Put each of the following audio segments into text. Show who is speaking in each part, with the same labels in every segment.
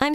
Speaker 1: I'm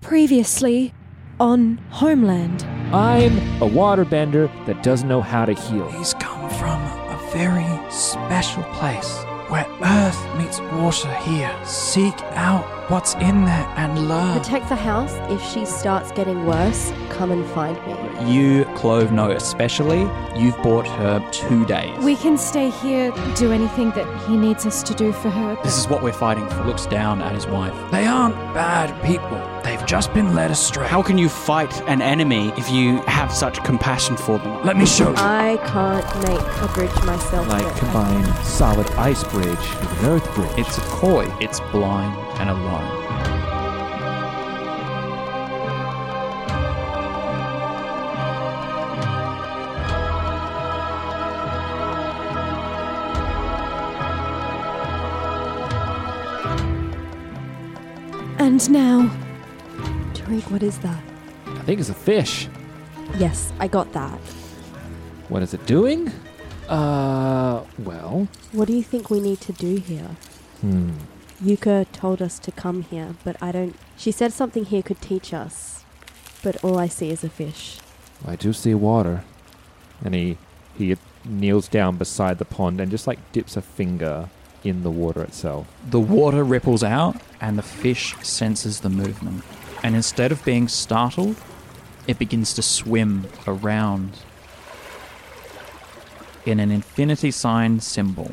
Speaker 2: Previously on Homeland.
Speaker 3: I'm a waterbender that doesn't know how to heal.
Speaker 4: He's come from a very special place where earth meets water here. Seek out what's in there and learn.
Speaker 5: Protect the house. If she starts getting worse, come and find me.
Speaker 6: You, Clove, know especially. You've bought her two days.
Speaker 2: We can stay here, do anything that he needs us to do for her.
Speaker 6: This is what we're fighting for. Looks down at his wife.
Speaker 4: They aren't bad people. They've just been led astray.
Speaker 6: How can you fight an enemy if you have such compassion for them?
Speaker 4: Let me show you.
Speaker 5: I can't make a bridge myself.
Speaker 3: Like
Speaker 5: but-
Speaker 3: combine solid ice bridge with an earth bridge.
Speaker 6: It's coy, it's blind and alone.
Speaker 2: And now,
Speaker 5: Tariq, what is that?
Speaker 3: I think it's a fish.
Speaker 5: Yes, I got that.
Speaker 3: What is it doing? Uh, well,
Speaker 5: What do you think we need to do here?
Speaker 3: hmm.
Speaker 5: Yuka told us to come here, but I don't. She said something here could teach us, but all I see is a fish.
Speaker 3: I do see water. And he he kneels down beside the pond and just like dips a finger in the water itself.
Speaker 6: The water ripples out and the fish senses the movement. And instead of being startled, it begins to swim around in an infinity sign symbol,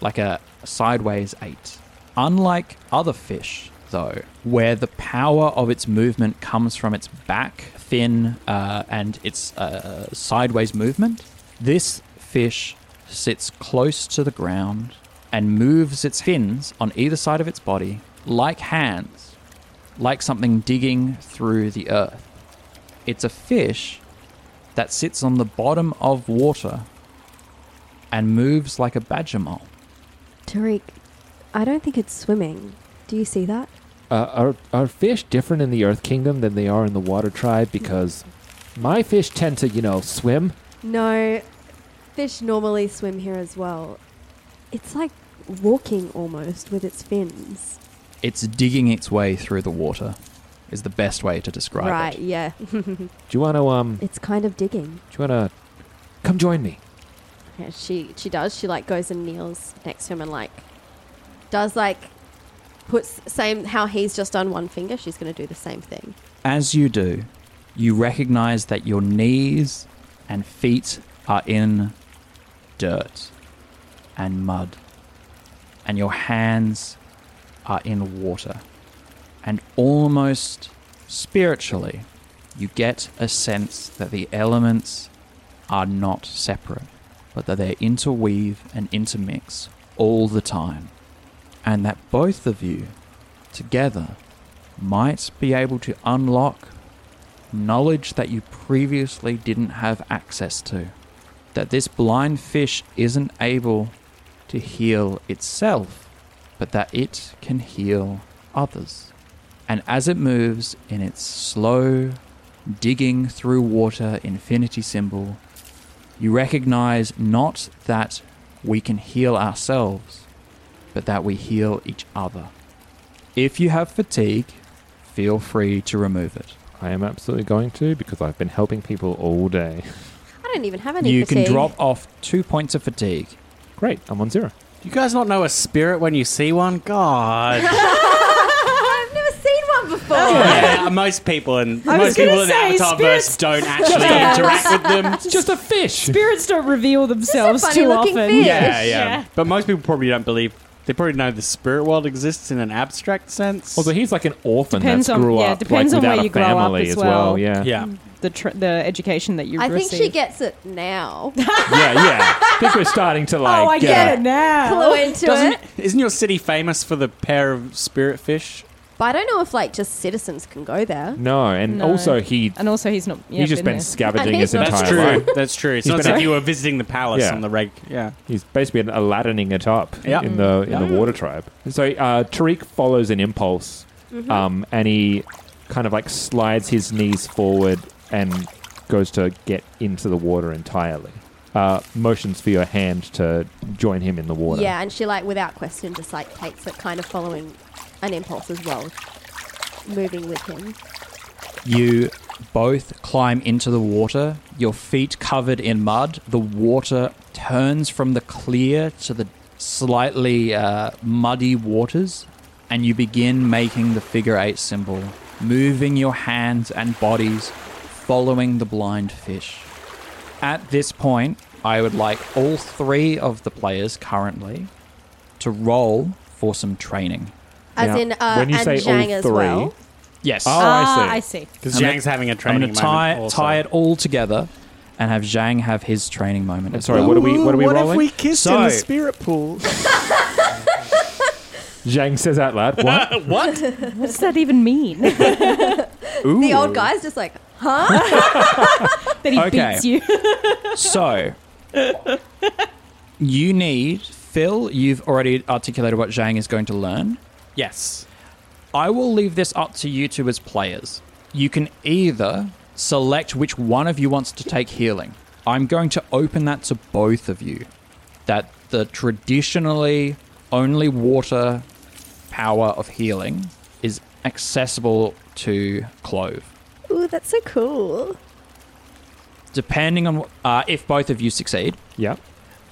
Speaker 6: like a sideways eight. Unlike other fish, though, where the power of its movement comes from its back, fin, uh, and its uh, sideways movement, this fish sits close to the ground and moves its fins on either side of its body like hands, like something digging through the earth. It's a fish that sits on the bottom of water and moves like a badger mole.
Speaker 5: Tariq, I don't think it's swimming. Do you see that?
Speaker 3: Uh, are are fish different in the Earth Kingdom than they are in the Water Tribe? Because my fish tend to, you know, swim.
Speaker 5: No, fish normally swim here as well. It's like walking almost with its fins.
Speaker 6: It's digging its way through the water, is the best way to describe
Speaker 5: right
Speaker 6: it.
Speaker 5: yeah.
Speaker 3: Do you want to um?
Speaker 5: it's kind of digging.
Speaker 3: Do you want to come join me?
Speaker 5: Yeah, she she does. She like goes and kneels next to him and like does like puts same how he's just done one finger. She's gonna do the same thing.
Speaker 6: As you do, you recognize that your knees and feet are in dirt and mud, and your hands are in water. And almost spiritually, you get a sense that the elements are not separate, but that they interweave and intermix all the time, and that both of you together might be able to unlock knowledge that you previously didn't have access to. That this blind fish isn't able to heal itself, but that it can heal others. And as it moves in its slow, digging through water infinity symbol, you recognize not that we can heal ourselves, but that we heal each other. If you have fatigue, feel free to remove it.
Speaker 3: I am absolutely going to because I've been helping people all day.
Speaker 5: I don't even have any.
Speaker 6: you
Speaker 5: fatigue.
Speaker 6: can drop off two points of fatigue.
Speaker 3: Great, I'm on zero.
Speaker 7: You guys not know a spirit when you see one? God.
Speaker 5: I've never seen one before.
Speaker 7: Oh, yeah, most people in
Speaker 2: I
Speaker 7: most
Speaker 2: was
Speaker 7: people
Speaker 2: gonna
Speaker 7: in the
Speaker 2: say,
Speaker 7: Avatar verse
Speaker 2: spirits-
Speaker 7: don't actually
Speaker 2: Yeah.
Speaker 7: interact with them.
Speaker 3: It's just a fish.
Speaker 2: Spirits don't reveal themselves
Speaker 5: funny
Speaker 2: too
Speaker 5: looking
Speaker 2: often.
Speaker 5: fish.
Speaker 7: Yeah, yeah, But most people probably don't believe. They probably know the spirit world exists in an abstract sense.
Speaker 3: Although he's like an orphan
Speaker 2: Depends
Speaker 3: that
Speaker 2: on-
Speaker 3: grew
Speaker 2: yeah,
Speaker 3: up like,
Speaker 2: depends on
Speaker 3: without
Speaker 2: where
Speaker 3: a
Speaker 2: you grow up
Speaker 3: family
Speaker 2: as
Speaker 3: as
Speaker 2: well.
Speaker 3: well. Yeah.
Speaker 7: yeah,
Speaker 2: The tr- the education that you
Speaker 5: I
Speaker 2: receive.
Speaker 5: think she gets it now.
Speaker 3: yeah, yeah. I think we're starting to like.
Speaker 2: Oh, I get
Speaker 3: uh,
Speaker 2: it now.
Speaker 5: Clue into
Speaker 7: doesn't
Speaker 5: it.
Speaker 7: isn't your city famous for the pair of spirit fish?
Speaker 5: But I don't know if like just citizens can go there.
Speaker 3: No, and
Speaker 2: No.
Speaker 3: also he
Speaker 2: And also, he's not. Yeah,
Speaker 3: he's just been
Speaker 2: been there.
Speaker 3: scavenging his
Speaker 5: That's
Speaker 3: entire
Speaker 7: That's true.
Speaker 3: life.
Speaker 7: That's true. It's
Speaker 3: He's
Speaker 7: not as
Speaker 3: been
Speaker 7: if
Speaker 3: a-
Speaker 7: you were visiting the palace
Speaker 3: Yeah.
Speaker 7: on the reg. Yeah.
Speaker 3: He's basically an Aladining it up
Speaker 7: Yeah.
Speaker 3: in the in the water tribe. So uh, Tariq follows an impulse,
Speaker 2: Mm-hmm.
Speaker 3: um, and he kind of like slides his knees forward and goes to get into the water entirely. Uh, motions for your hand to join him in the water.
Speaker 5: Yeah, and she like without question just like takes it, kind of following an impulse as well, moving with him.
Speaker 6: You both climb into the water, your feet covered in mud. The water turns from the clear to the slightly uh, muddy waters, and you begin making the figure eight symbol, moving your hands and bodies, following the blind fish. At this point, I would like all three of the players currently to roll for some training.
Speaker 5: As
Speaker 3: Now,
Speaker 5: in, uh,
Speaker 3: when you
Speaker 5: and
Speaker 3: say
Speaker 5: Zhang
Speaker 3: all
Speaker 5: as
Speaker 3: three,
Speaker 5: well.
Speaker 6: Yes.
Speaker 3: Oh,
Speaker 2: Ah,
Speaker 3: I
Speaker 2: I
Speaker 3: see.
Speaker 2: see.
Speaker 7: Because
Speaker 6: I'm gonna-
Speaker 7: Zhang's having a
Speaker 6: I'm
Speaker 7: training
Speaker 6: going to tie,
Speaker 7: moment. also.
Speaker 6: tie it all together and have Zhang have his training moment.
Speaker 3: And
Speaker 6: as
Speaker 3: sorry,
Speaker 6: well.
Speaker 3: what are we what are we
Speaker 7: What
Speaker 3: rolling?
Speaker 7: if we kissed
Speaker 6: So-
Speaker 7: in the spirit pool?
Speaker 3: Zhang says out loud, "What?
Speaker 7: what?
Speaker 2: What does that even mean? that
Speaker 5: The old guy's just like, huh?
Speaker 2: he
Speaker 6: Okay.
Speaker 2: beats you.
Speaker 6: So, you need, Phil, you've already articulated what Zhang is going to learn.
Speaker 7: yes.
Speaker 6: I will leave this up to you two as players. You can either select which one of you wants to take healing. I'm going to open that to both of you. That the traditionally only water power of healing is accessible to Clove.
Speaker 5: Ooh, that's so cool.
Speaker 6: Depending on wh- uh, if both of you succeed,
Speaker 3: yeah,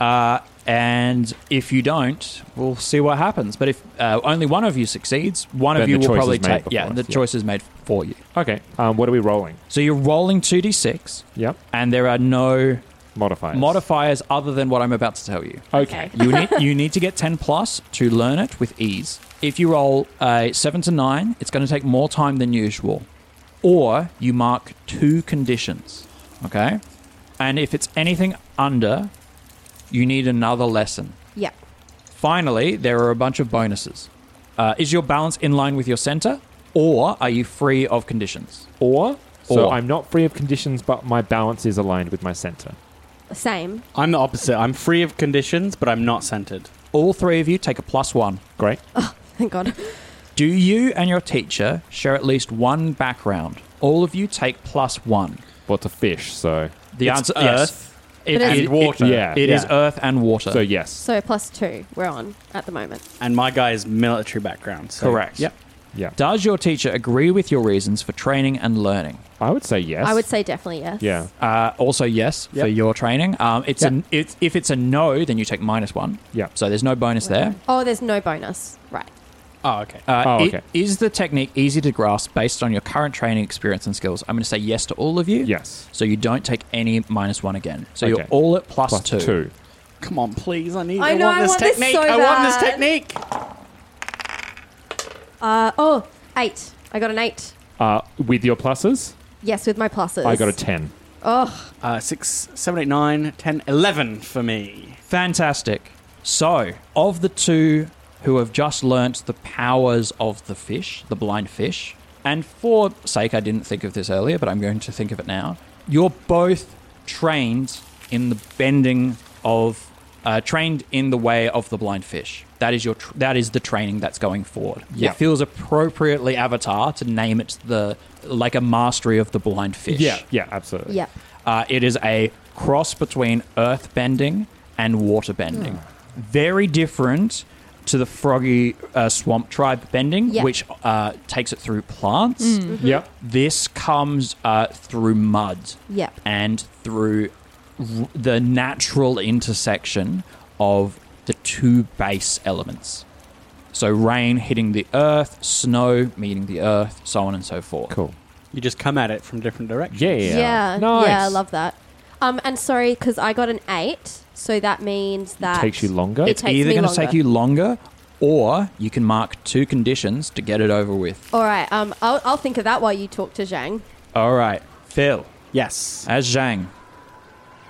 Speaker 6: Uh, and if you don't, we'll see what happens. But if uh, only one of you succeeds, one
Speaker 3: Then
Speaker 6: of you
Speaker 3: the
Speaker 6: will
Speaker 3: choice
Speaker 6: probably
Speaker 3: is made
Speaker 6: take. Yeah,
Speaker 3: before
Speaker 6: the
Speaker 3: us, yeah.
Speaker 6: choice is made for you.
Speaker 3: okay. Um, what are we rolling?
Speaker 6: So you're rolling 2d6,
Speaker 3: Yep,
Speaker 6: and there are no
Speaker 3: modifiers.
Speaker 6: modifiers other than what I'm about to tell you.
Speaker 3: Okay.
Speaker 6: You need, you need to get 10 plus to learn it with ease. If you roll a 7 to 9, it's going to take more time than usual. Or you mark two conditions, okay? And if it's anything under, you need another lesson.
Speaker 5: Yeah.
Speaker 6: Finally, there are a bunch of bonuses. Uh, is your balance in line with your center, or are you free of conditions?
Speaker 3: Or so
Speaker 6: Or.
Speaker 3: I'm not free of conditions, but my balance is aligned with my center.
Speaker 5: Same.
Speaker 7: I'm the opposite. I'm free of conditions, but I'm not centered.
Speaker 6: All three of you take a plus one.
Speaker 3: Great.
Speaker 5: Thank God.
Speaker 6: Do you and your teacher share at least one background? All of you take plus one.
Speaker 3: Well, it's a fish, so
Speaker 6: The
Speaker 7: It's
Speaker 6: answer
Speaker 7: earth
Speaker 6: yes. It-
Speaker 5: And
Speaker 6: it-
Speaker 7: water.
Speaker 6: It,
Speaker 3: Yeah.
Speaker 6: it is
Speaker 7: Yeah.
Speaker 6: earth and water.
Speaker 3: so yes,
Speaker 5: So plus two, we're on at the moment.
Speaker 7: And my guy is military background. So.
Speaker 6: Correct.
Speaker 7: Yep.
Speaker 3: yeah.
Speaker 6: Does your teacher agree with your reasons for training and learning?
Speaker 3: I would say yes.
Speaker 5: I would say definitely yes.
Speaker 3: yeah.
Speaker 6: Uh, also, yes
Speaker 7: Yep.
Speaker 6: for your training. Um, it's
Speaker 3: Yep.
Speaker 6: an it's if it's a no, then you take minus one.
Speaker 3: Yeah.
Speaker 6: So there's no bonus there.
Speaker 5: Oh, there's no bonus. Right.
Speaker 7: Oh, okay.
Speaker 6: Uh,
Speaker 3: Oh,
Speaker 6: i-
Speaker 3: okay.
Speaker 6: is the technique easy to grasp based on your current training experience and skills? I'm going to say yes to all of you.
Speaker 3: Yes.
Speaker 6: So you don't take any minus one again. So you're
Speaker 3: Okay.
Speaker 6: all at plus,
Speaker 3: Plus
Speaker 6: two.
Speaker 3: two.
Speaker 7: Come on, please. I need.
Speaker 5: I
Speaker 7: I,
Speaker 5: know,
Speaker 7: want
Speaker 5: I
Speaker 7: this
Speaker 5: want this
Speaker 7: technique.
Speaker 5: so
Speaker 7: I want this
Speaker 5: bad.
Speaker 7: technique.
Speaker 5: Uh, oh, eight. I got an eight.
Speaker 3: Uh, with your pluses,
Speaker 5: Yes, with my pluses.
Speaker 3: I got a ten.
Speaker 7: Uh, six, seven, eight, nine, ten, eleven for me.
Speaker 6: Fantastic. So of the two who have just learnt the powers of the fish, the blind fish, and for sake I didn't think of this earlier, but I'm going to think of it now. You're both trained in the bending of, uh, trained in the way of the blind fish. That is your tr- that is the training that's going forward.
Speaker 3: Yeah.
Speaker 6: It feels appropriately Avatar to name it the like a mastery of the blind fish.
Speaker 3: Yeah, yeah, absolutely.
Speaker 5: Yeah.
Speaker 6: Uh, it is a cross between earth bending and water bending. Very different to the froggy uh, swamp tribe bending,
Speaker 3: Yeah.
Speaker 6: which uh, takes it through plants.
Speaker 3: Mm. Mhm. Yep.
Speaker 6: This comes uh, through mud
Speaker 5: Yep.
Speaker 6: and through r- the natural intersection of the two base elements. So rain hitting the earth, snow meeting the earth, so on and so forth.
Speaker 3: Cool.
Speaker 6: You just come at it from different directions. Yeah,
Speaker 5: Yeah. Yeah, I love that. Um, and sorry, because I got an eight, so that means that It
Speaker 6: It's
Speaker 5: takes
Speaker 6: either
Speaker 5: me
Speaker 6: going to
Speaker 5: longer.
Speaker 6: take you longer, or you can mark two conditions to get it over with.
Speaker 5: All right. Um, I'll, I'll think of that while you talk to Zhang.
Speaker 6: All right, Phil. Yes. As Zhang,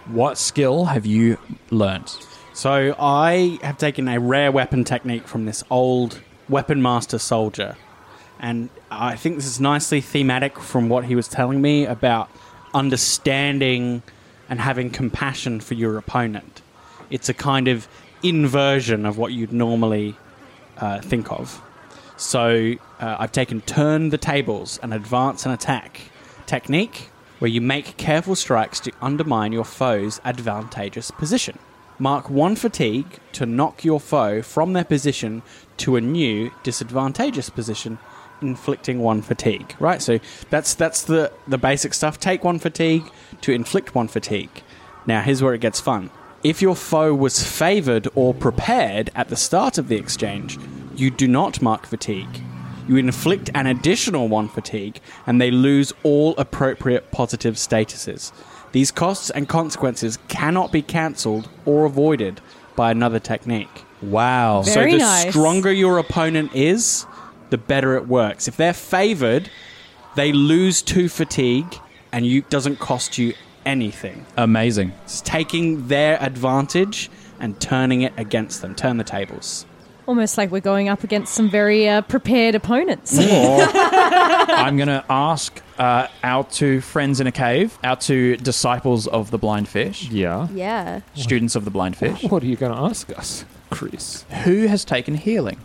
Speaker 6: what skill have you learnt?
Speaker 7: So I have taken a rare weapon technique from this old weapon master soldier, and I think this is nicely thematic from what he was telling me about understanding and having compassion for your opponent. It's a kind of inversion of what you'd normally uh, think of. So uh, I've taken turn the tables, an advance and attack technique where you make careful strikes to undermine your foe's advantageous position. Mark one fatigue to knock your foe from their position to a new disadvantageous position, inflicting one fatigue. Right, so that's that's the, the basic stuff. Take one fatigue to inflict one fatigue. Now, here's where it gets fun. If your foe was favored or prepared at the start of the exchange, you do not mark fatigue. You inflict an additional one fatigue, and they lose all appropriate positive statuses. These costs and consequences cannot be cancelled or avoided by another technique.
Speaker 6: Wow.
Speaker 7: so
Speaker 8: Very
Speaker 7: the
Speaker 8: nice.
Speaker 7: stronger your opponent is, the better it works. If they're favored, they lose two fatigue, and you doesn't cost you anything.
Speaker 6: Amazing.
Speaker 7: It's taking their advantage and turning it against them. Turn the tables.
Speaker 2: Almost like we're going up against some very uh, prepared opponents.
Speaker 6: Or I'm going to ask uh, our two friends in a cave, our two disciples of the blind fish. Yeah.
Speaker 5: Yeah.
Speaker 6: Students of the blind fish.
Speaker 3: What are you going to ask us, Chris?
Speaker 6: Who has taken healing?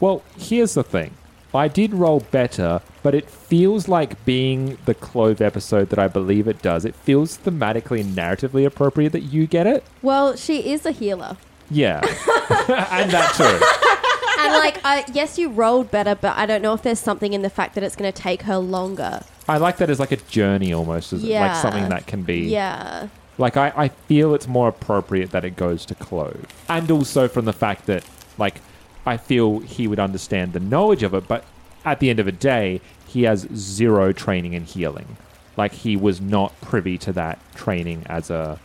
Speaker 3: Well, here's the thing. I did roll better, but it feels like being the Clove episode that I believe it does. It feels thematically and narratively appropriate that you get it.
Speaker 5: Well, she is a healer.
Speaker 3: Yeah. and that too.
Speaker 5: and like, I, yes, you rolled better, but I don't know if there's something in the fact that it's going to take her longer.
Speaker 3: I like that as like a journey almost, as like
Speaker 5: Yeah.
Speaker 3: something that can be.
Speaker 5: Yeah.
Speaker 3: Like I, I feel it's more appropriate that it goes to Clove. And also from the fact that like I feel he would understand the knowledge of it, but at the end of the day, he has zero training in healing. Like he was not privy to that training as a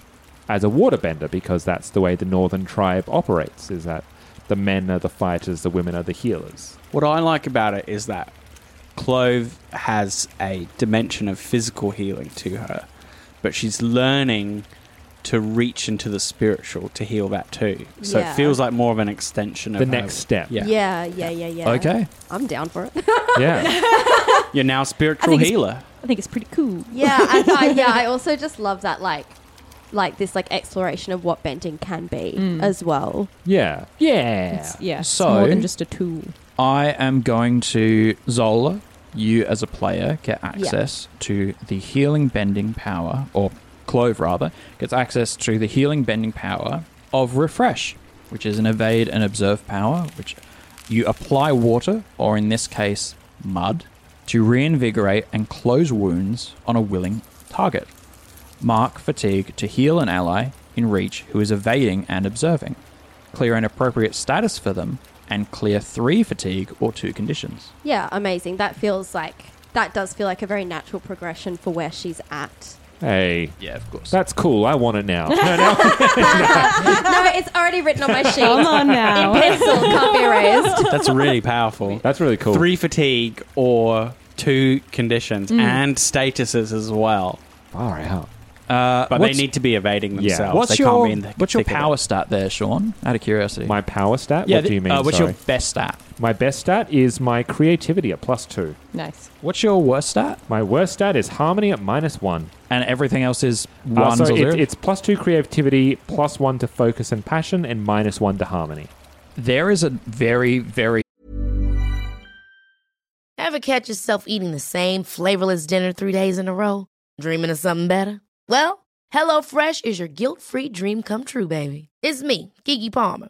Speaker 3: as a waterbender because that's the way the northern tribe operates, is that the men are the fighters, the women are the healers.
Speaker 7: What I like about it is that Clove has a dimension of physical healing to her, but she's learning to reach into the spiritual to heal that too. So
Speaker 5: Yeah.
Speaker 7: it feels like more of an extension of
Speaker 3: The
Speaker 7: her-
Speaker 3: next step.
Speaker 7: Yeah.
Speaker 5: Yeah. Yeah. Yeah. Yeah.
Speaker 7: Okay.
Speaker 5: I'm down for it.
Speaker 7: You're now a spiritual healer.
Speaker 5: I think it's pretty cool. Yeah, I thought, yeah. I also just love that, like, like this, like exploration of what bending can be
Speaker 2: Mm.
Speaker 5: as well.
Speaker 3: Yeah.
Speaker 2: Yeah. It's- yeah, it's more than just
Speaker 6: a tool. I am going to Zola. You as a player get access to the healing bending power, or Clove rather gets access to the healing bending power of Refresh, which is an evade and observe power, which you apply water, or in this case mud, to reinvigorate and close wounds on a willing target. Mark fatigue to heal an ally in reach who is evading and observing. Clear an appropriate status for them and clear three fatigue or two conditions.
Speaker 5: Yeah, amazing. That feels like that does feel like a very natural progression for where she's at.
Speaker 3: Hey.
Speaker 6: Yeah, of course.
Speaker 3: That's cool. I want it now. No, no.
Speaker 5: no, it's already written on my sheet.
Speaker 2: Come on now.
Speaker 5: in pencil, can't be erased.
Speaker 7: That's really powerful.
Speaker 3: That's really cool.
Speaker 7: Three fatigue or two conditions
Speaker 5: Mm.
Speaker 7: and statuses as well.
Speaker 3: Far out.
Speaker 6: Uh,
Speaker 7: but they
Speaker 6: what's-
Speaker 7: need to be evading themselves.
Speaker 6: What's
Speaker 7: They
Speaker 6: your,
Speaker 7: can't be in the
Speaker 6: what's your
Speaker 7: thick of it.
Speaker 6: power stat there, Sean? Out of curiosity.
Speaker 3: My power stat?
Speaker 6: Yeah,
Speaker 3: what
Speaker 6: the-
Speaker 3: do you mean?
Speaker 6: uh, what's your
Speaker 3: best stat? My best stat is my creativity at plus two.
Speaker 2: Nice.
Speaker 6: What's your worst stat?
Speaker 3: My worst stat is harmony at minus one.
Speaker 6: And everything else is
Speaker 3: Uh,
Speaker 6: ones
Speaker 3: so
Speaker 6: or
Speaker 3: it's,
Speaker 6: zeros?
Speaker 3: it's plus two creativity, plus one to focus and passion, and minus one to harmony.
Speaker 6: There is a very, very
Speaker 9: Ever catch yourself eating the same flavorless dinner three days in a row? Dreaming of something better? Well, HelloFresh is your guilt free dream come true, baby. It's me, Gigi Palmer.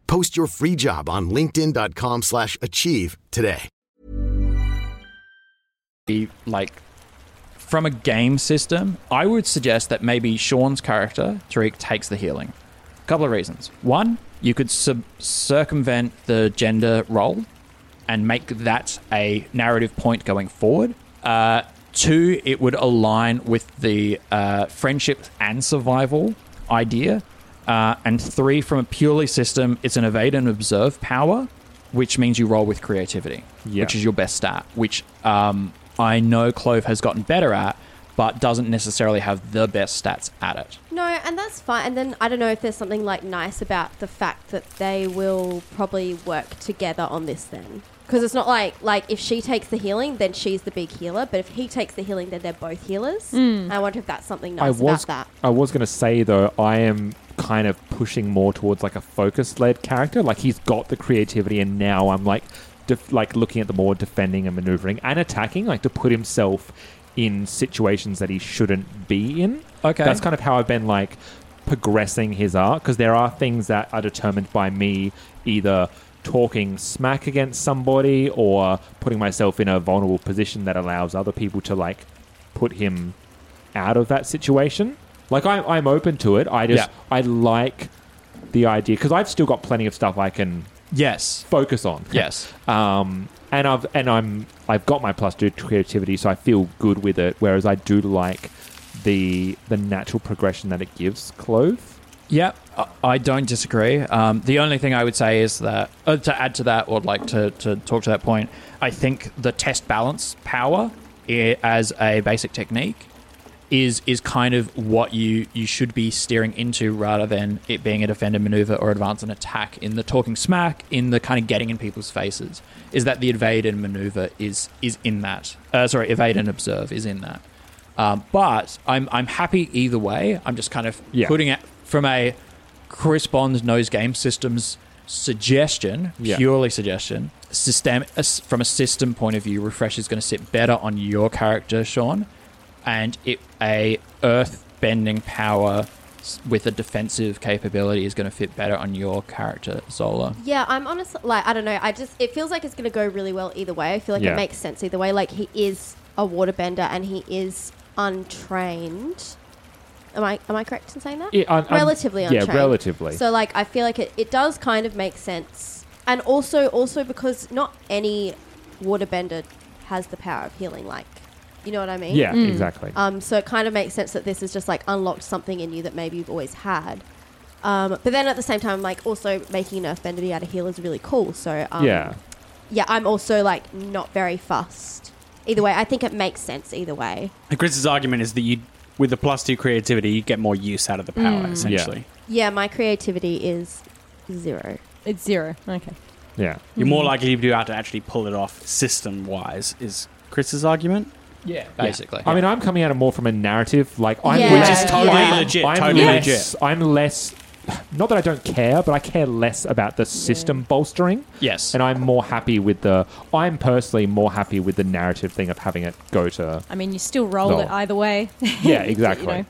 Speaker 10: Post your free job on linkedin.com/achieve slash achieve today.
Speaker 6: be like from a game system, I would suggest that maybe Sean's character, Tariq, takes the healing. A couple of reasons. One, you could sub- circumvent the gender role and make that a narrative point going forward. Uh, two, it would align with the uh, friendship and survival idea. Uh, and three, from a purely system, it's an evade and observe power, which means you roll with creativity,
Speaker 3: Yeah.
Speaker 6: which is your best stat, which um, I know Clove has gotten better at, but doesn't necessarily have the best stats at it.
Speaker 5: No, and that's fine. And then I don't know if there's something like nice about the fact that they will probably work together on this then. Because it's not like like if she takes the healing, then she's the big healer. But if he takes the healing, then they're both healers.
Speaker 8: Mm.
Speaker 5: And I wonder if that's something
Speaker 3: I
Speaker 5: nice
Speaker 3: was
Speaker 5: about
Speaker 3: I was going to say though I am kind of pushing more towards like a focus led character like he's got the creativity and now I'm like def- like looking at the more defending and maneuvering and attacking like to put himself in situations that he shouldn't be in.
Speaker 6: Okay.
Speaker 3: That's kind of how I've been like progressing his art because there are things that are determined by me either talking smack against somebody or putting myself in a vulnerable position that allows other people to like put him out of that situation. Like I'm, I'm open to it. I just
Speaker 6: Yeah.
Speaker 3: I like the idea because I've still got plenty of stuff I can
Speaker 6: yes
Speaker 3: focus on
Speaker 6: Yes.
Speaker 3: um, and I've and I'm I've got my plus two to creativity, so I feel good with it. Whereas I do like the the natural progression that it gives Clove.
Speaker 6: Yeah, I- I don't disagree. Um, the only thing I would say is that, uh, to add to that, or like to, to talk to that point, I think the test balance power i as a basic technique is is kind of what you you should be steering into rather than it being a defender maneuver or advance and attack in the talking smack in the kind of getting in people's faces is that the evade and maneuver is is in that uh, sorry evade and observe is in that um, but I'm I'm happy either way I'm just kind of
Speaker 3: Yeah.
Speaker 6: putting it from a Chris Bond knows game systems suggestion
Speaker 3: Yeah.
Speaker 6: purely suggestion system as- from a system point of view refresh is going to sit better on your character Sean and it a earth bending power s- with a defensive capability is going to fit better on your character Zola
Speaker 5: that. Yeah, I'm honestly like I don't know. I just it feels like it's going to go really well either way. I feel like
Speaker 6: Yeah.
Speaker 5: it makes sense either way. Like he is a waterbender and he is untrained. Am I am I correct in saying that?
Speaker 3: Yeah, un- un-
Speaker 5: relatively
Speaker 3: yeah,
Speaker 5: untrained.
Speaker 3: relatively.
Speaker 5: So like I feel like it, it does kind of make sense. And also also because not any waterbender has the power of healing like you know what I mean?
Speaker 3: Yeah, Mm. exactly.
Speaker 5: Um, so it kind of makes sense that this is just like unlocked something in you that maybe you've always had. Um, but then at the same time, like also making an earthbender be out of heal is really cool. So um,
Speaker 3: yeah,
Speaker 5: yeah, I'm also like not very fussed either way. I think it makes sense either way.
Speaker 7: And Chris's argument is that you, with the plus two creativity, you get more use out of the power,
Speaker 5: Mm. Yeah.
Speaker 7: essentially.
Speaker 5: Yeah, my creativity is zero.
Speaker 8: It's zero. Okay.
Speaker 3: Yeah.
Speaker 7: You're more likely to be able to actually pull it off system wise, is Chris's argument.
Speaker 6: Yeah, basically.
Speaker 3: I mean, I'm coming at it more from a narrative, like I'm
Speaker 7: Yeah, Which is totally
Speaker 3: I'm-
Speaker 7: legit,
Speaker 3: I'm
Speaker 7: totally
Speaker 3: less,
Speaker 7: legit.
Speaker 3: I'm less. Not that I don't care, but I care less about the system bolstering.
Speaker 6: Yes,
Speaker 3: and I'm more happy with the. I'm personally more happy with the narrative thing of having it go to.
Speaker 8: I mean, you still rolled
Speaker 3: No.
Speaker 8: it either way.
Speaker 3: Yeah, exactly.
Speaker 8: know.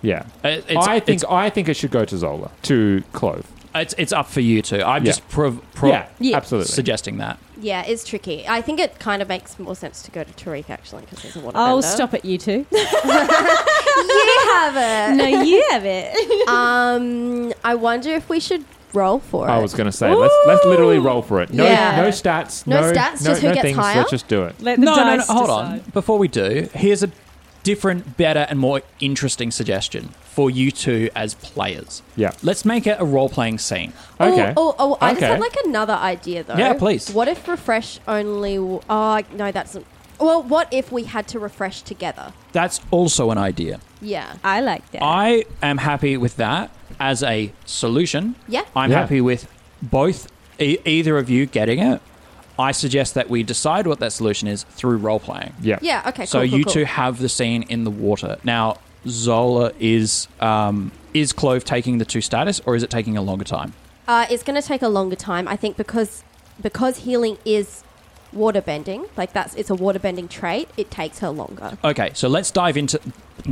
Speaker 3: Yeah,
Speaker 6: It- it's-
Speaker 3: I think
Speaker 6: it's-
Speaker 3: I think it should go to Zola to Clove.
Speaker 6: it's it's up for you two I'm just prov- pro-
Speaker 3: Yeah, Yeah. absolutely.
Speaker 6: suggesting that
Speaker 5: Yeah, it's tricky. I think it kind of makes more sense to go to Tariq actually because he's a waterbender.
Speaker 8: I'll stop it, you two.
Speaker 5: you have it.
Speaker 8: No, you have it.
Speaker 5: um, I wonder if we should roll for
Speaker 3: I
Speaker 5: it.
Speaker 3: was going to say, let's let's literally roll for it. No,
Speaker 5: Yeah.
Speaker 3: no stats.
Speaker 5: No
Speaker 3: No,
Speaker 5: stats, just who
Speaker 3: no
Speaker 5: gets
Speaker 3: things.
Speaker 5: higher?
Speaker 3: Let's just do it.
Speaker 8: Let the
Speaker 6: no,
Speaker 8: dice
Speaker 6: no, no, hold on.
Speaker 8: decide.
Speaker 6: Before we do, here's a different, better, and more interesting suggestion for you two as players.
Speaker 3: Yeah.
Speaker 6: Let's make it a role playing scene.
Speaker 5: Oh, Oh, oh, I just had like another idea though.
Speaker 6: Yeah, please.
Speaker 5: What if refresh only? w- Oh no, that's well. What if we had to refresh together?
Speaker 6: That's also an idea.
Speaker 5: Yeah,
Speaker 8: I like that.
Speaker 6: I am happy with that as a solution.
Speaker 5: Yeah.
Speaker 6: I'm
Speaker 5: Yeah.
Speaker 6: happy with both, e- either of you getting it. I suggest that we decide what that solution is through role playing.
Speaker 3: Yeah.
Speaker 5: Yeah, okay,
Speaker 6: So
Speaker 5: cool, cool,
Speaker 6: you
Speaker 5: cool.
Speaker 6: two have the scene in the water. Now, Zola is. Um, is Clove taking the two status or is it taking a longer time?
Speaker 5: Uh, it's going to take a longer time, I think, because because healing is water bending. Like that's it's a water bending trait. It takes her longer.
Speaker 6: Okay, so let's dive into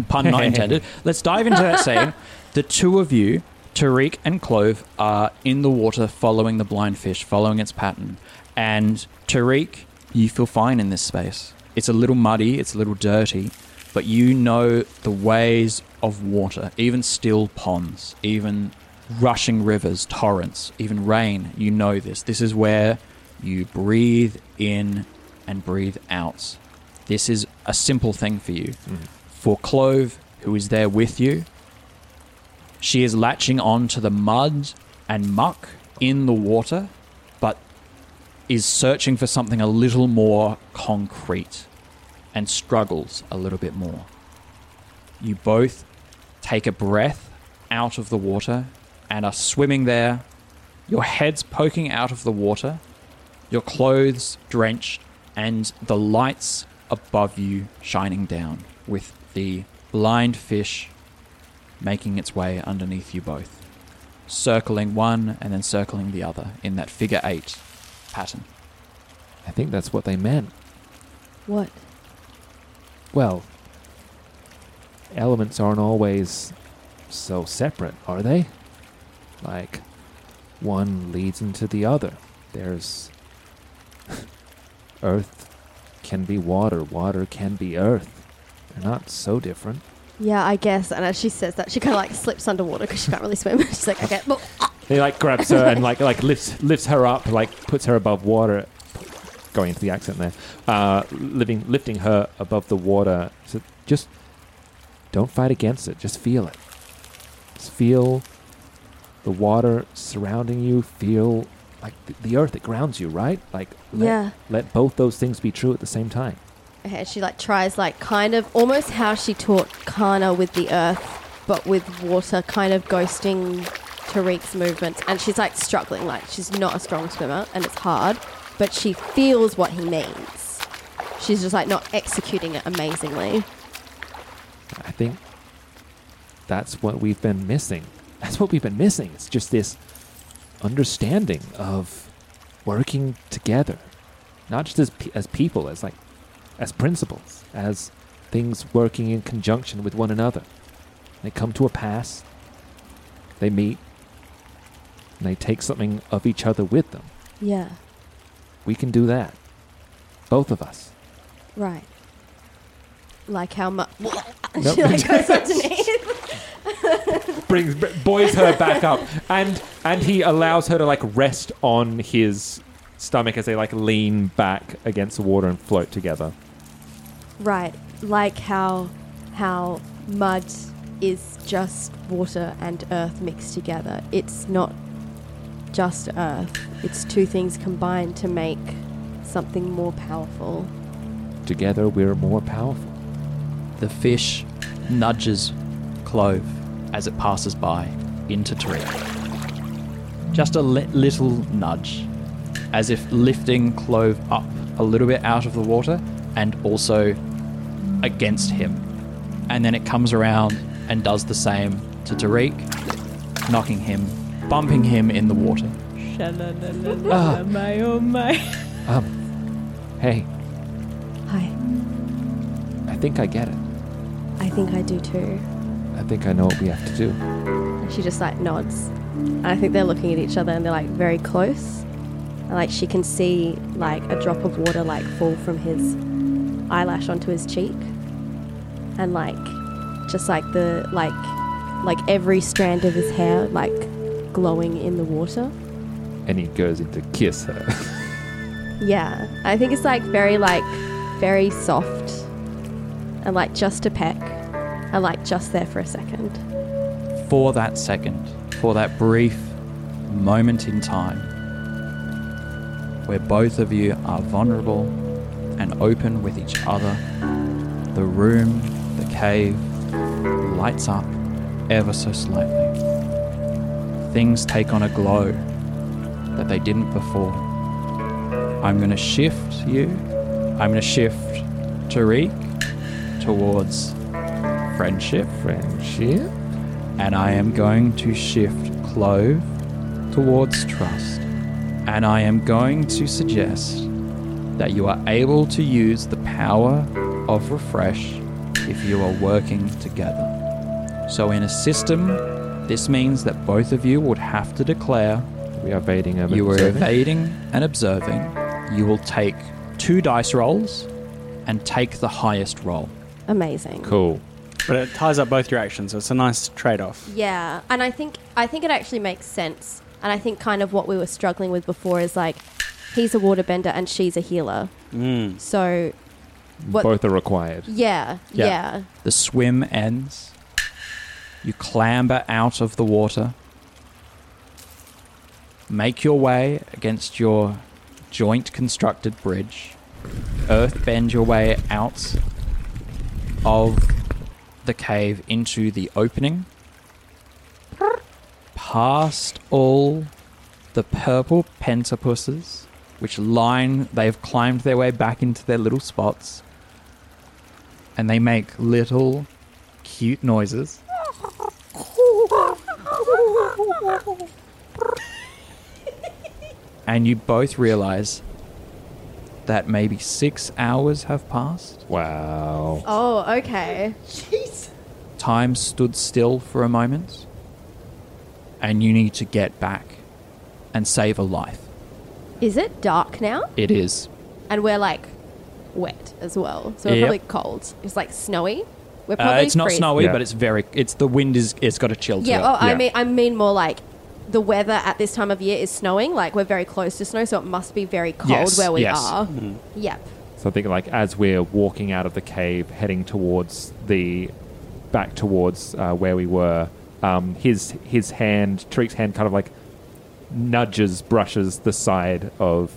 Speaker 6: pun not intended. Let's dive into that scene. The two of you, Tariq and Clove, are in the water following the blind fish, following its pattern. And Tariq, you feel fine in this space. It's a little muddy, it's a little dirty, but you know the ways of water, even still ponds, even rushing rivers, torrents, even rain. You know this. This is where you breathe in and breathe out. This is a simple thing for you. For Clove, who is there with you, she is latching on to the mud and muck in the water, but is searching for something a little more concrete and struggles a little bit more. You both take a breath out of the water and are swimming there, your heads poking out of the water, your clothes drenched, and the lights above you shining down with the blind fish making its way underneath you both, circling one and then circling the other in that figure eight pattern.
Speaker 3: I think that's what they meant.
Speaker 5: What?
Speaker 3: Well, elements aren't always so separate, are they? Like, one leads into the other. There's. earth can be water, water can be earth. They're not so different.
Speaker 5: Yeah, I guess. And as she says that, she kind of like slips underwater because she can't really swim. She's like, okay, well,
Speaker 3: He like grabs her and like like lifts lifts her up, like puts her above water. Going into the accent there, uh, living lifting her above the water. So just don't fight against it. Just feel it. Just feel the water surrounding you. Feel like th- the earth that grounds you. Right? Like let,
Speaker 5: Yeah.
Speaker 3: Let both those things be true at the same time.
Speaker 5: okay. and She like tries like kind of almost how she taught Kana with the earth, but with water, kind of ghosting Tariq's movements. And she's like struggling. Like she's not a strong swimmer, and it's hard, but she feels what he means. She's just like not executing it amazingly.
Speaker 3: I think that's what we've been missing. That's what we've been missing. It's just this understanding of working together, not just as pe- as people, as like as principles, as things working in conjunction with one another. They come to a pass. They meet. And they take something of each other with them.
Speaker 5: Yeah.
Speaker 3: We can do that. Both of us.
Speaker 5: Right. Like how much?
Speaker 3: Nope.
Speaker 5: she like goes underneath.
Speaker 3: brings b- buoys her back up, and and he allows her to like rest on his stomach as they like lean back against the water and float together.
Speaker 5: right. Like how how mud is just water and earth mixed together. It's not just earth. It's two things combined to make something more powerful.
Speaker 3: Together, we're more powerful.
Speaker 6: The fish nudges Clove as it passes by into Tariq. Just a li- little nudge, as if lifting Clove up a little bit out of the water and also against him. And then it comes around and does the same to Tariq, knocking him, bumping him in the water.
Speaker 8: Sha-la-la-la-la, my oh my.
Speaker 3: Um, hey,
Speaker 5: Hi.
Speaker 3: I think I get it.
Speaker 5: I think I do too.
Speaker 3: I think I know what we have to do.
Speaker 5: And she just like nods. And I think they're looking at each other and they're like very close. And like she can see like a drop of water like fall from his eyelash onto his cheek. And like just like the like like every strand of his hair like glowing in the water.
Speaker 3: And he goes in to kiss her.
Speaker 5: Yeah, I think it's like very like very soft and like just a peck and like just there for a second.
Speaker 6: for that second, for that brief moment in time, where both of you are vulnerable and open with each other, the room, the cave, lights up ever so slightly. Things take on a glow that they didn't before. I'm going to shift you, I'm going to shift Tariq towards friendship.
Speaker 3: Friendship.
Speaker 6: And I am going to shift Clove towards trust. And I am going to suggest that you are able to use the power of refresh if you are working together. So, in a system, this means that both of you would have to declare
Speaker 3: we are evading and
Speaker 6: you were
Speaker 3: observing.
Speaker 6: evading and observing. You will take two dice rolls and take the highest roll.
Speaker 5: Amazing.
Speaker 3: Cool.
Speaker 7: But it ties up both your actions, so it's a nice trade off.
Speaker 5: Yeah, and I think I think it actually makes sense. And I think kind of what we were struggling with before is like he's a waterbender and she's a healer.
Speaker 6: Mm.
Speaker 5: So what
Speaker 3: Both are required.
Speaker 5: Yeah, yeah.
Speaker 6: The swim ends. You clamber out of the water. Make your way against your joint constructed bridge. Earth bend your way out of the cave into the opening. Past all the purple pentapuses, which line, they've climbed their way back into their little spots and they make little cute noises. And you both realize that maybe six hours have passed. Wow.
Speaker 5: Oh, okay. Jeez.
Speaker 6: Time stood still for a moment. And you need to get back and save a life.
Speaker 5: Is it dark now?
Speaker 6: It is.
Speaker 5: And we're like wet as well. So we're
Speaker 6: Yep.
Speaker 5: probably cold. It's like snowy. We're
Speaker 6: Uh,
Speaker 5: probably
Speaker 6: it's not
Speaker 5: freezing.
Speaker 6: snowy, but it's very. It's the wind is. It's got a chill to
Speaker 5: Yeah,
Speaker 6: it.
Speaker 5: oh, I mean I mean more like the weather at this time of year is snowing, like we're very close to snow, so it must be very cold
Speaker 3: Yes,
Speaker 5: where we
Speaker 3: yes.
Speaker 5: are.
Speaker 3: Mhm.
Speaker 5: Yep.
Speaker 3: So I think like as we're walking out of the cave, heading towards the back towards uh, where we were, um, his his hand, Tariq's hand, kind of like nudges, brushes the side of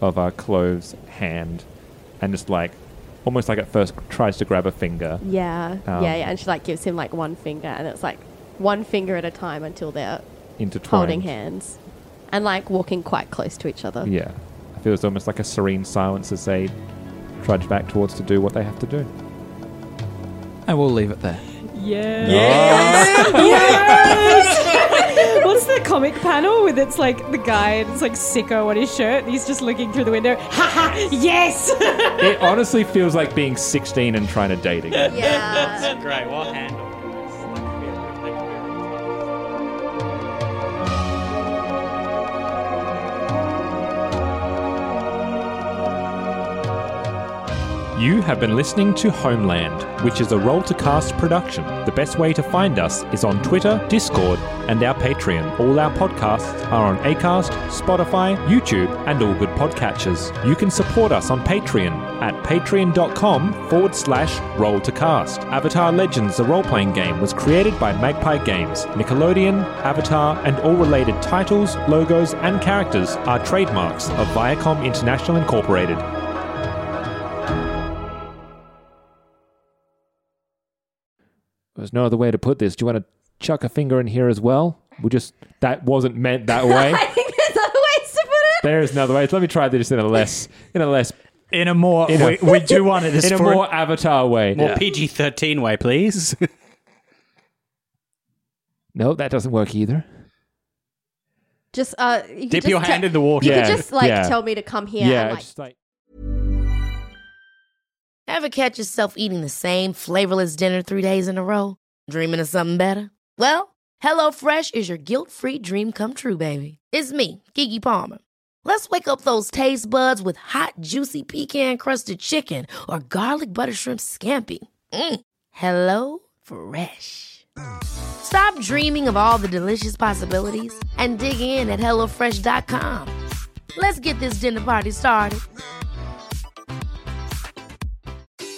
Speaker 3: of our Clove's hand, and just like almost like at first tries to grab a finger.
Speaker 5: Yeah.
Speaker 3: Um,
Speaker 5: yeah, yeah. And she like gives him like one finger and it's like one finger at a time until they're
Speaker 3: Intertwined.
Speaker 5: holding hands. And like walking quite close to each other.
Speaker 3: Yeah, I feel it's almost like a serene silence as they trudge back towards to do what they have to do.
Speaker 6: And we'll leave it there.
Speaker 8: Yeah.
Speaker 3: Yes.
Speaker 8: Yes! What's the comic panel with it's like the guy and it's like sicko on his shirt and he's just looking through the window. Ha ha! Yes!
Speaker 3: it honestly feels like being 16 and trying to date again.
Speaker 7: That's great. What handle?
Speaker 11: You have been listening to Homeland, which is a Roll to Cast production. The best way to find us is on Twitter, Discord, and our Patreon. All our podcasts are on Acast, Spotify, YouTube, and all good podcatchers. You can support us on Patreon at patreon.com forward slash roll to cast. Avatar Legends, the role playing game, was created by Magpie Games. Nickelodeon, Avatar, and all related titles, logos, and characters are trademarks of Viacom International Incorporated.
Speaker 3: There's no other way to put this. Do you want to chuck a finger in here as well? We just that wasn't meant that way.
Speaker 5: I think there's other ways to put it.
Speaker 3: there is another way. Let me try this in a less in a less
Speaker 6: in a more
Speaker 7: we- we do want it as
Speaker 3: in a
Speaker 7: for-
Speaker 3: more avatar way.
Speaker 7: More PG 13 way, please.
Speaker 3: no, that doesn't work either.
Speaker 5: Just uh you could
Speaker 3: Dip
Speaker 5: just
Speaker 3: your
Speaker 5: te-
Speaker 3: hand in the water.
Speaker 5: You
Speaker 3: Yeah,
Speaker 5: could just like
Speaker 3: yeah.
Speaker 5: tell me to come here
Speaker 3: Yeah,
Speaker 5: and like
Speaker 3: just like
Speaker 9: Ever catch yourself eating the same flavorless dinner three days in a row? Dreaming of something better? Well, HelloFresh is your guilt free dream come true, baby. It's me, Gigi Palmer. Let's wake up those taste buds with hot, juicy pecan crusted chicken or garlic butter shrimp scampi. Mm. Hello Fresh. Stop dreaming of all the delicious possibilities and dig in at HelloFresh.com. Let's get this dinner party started.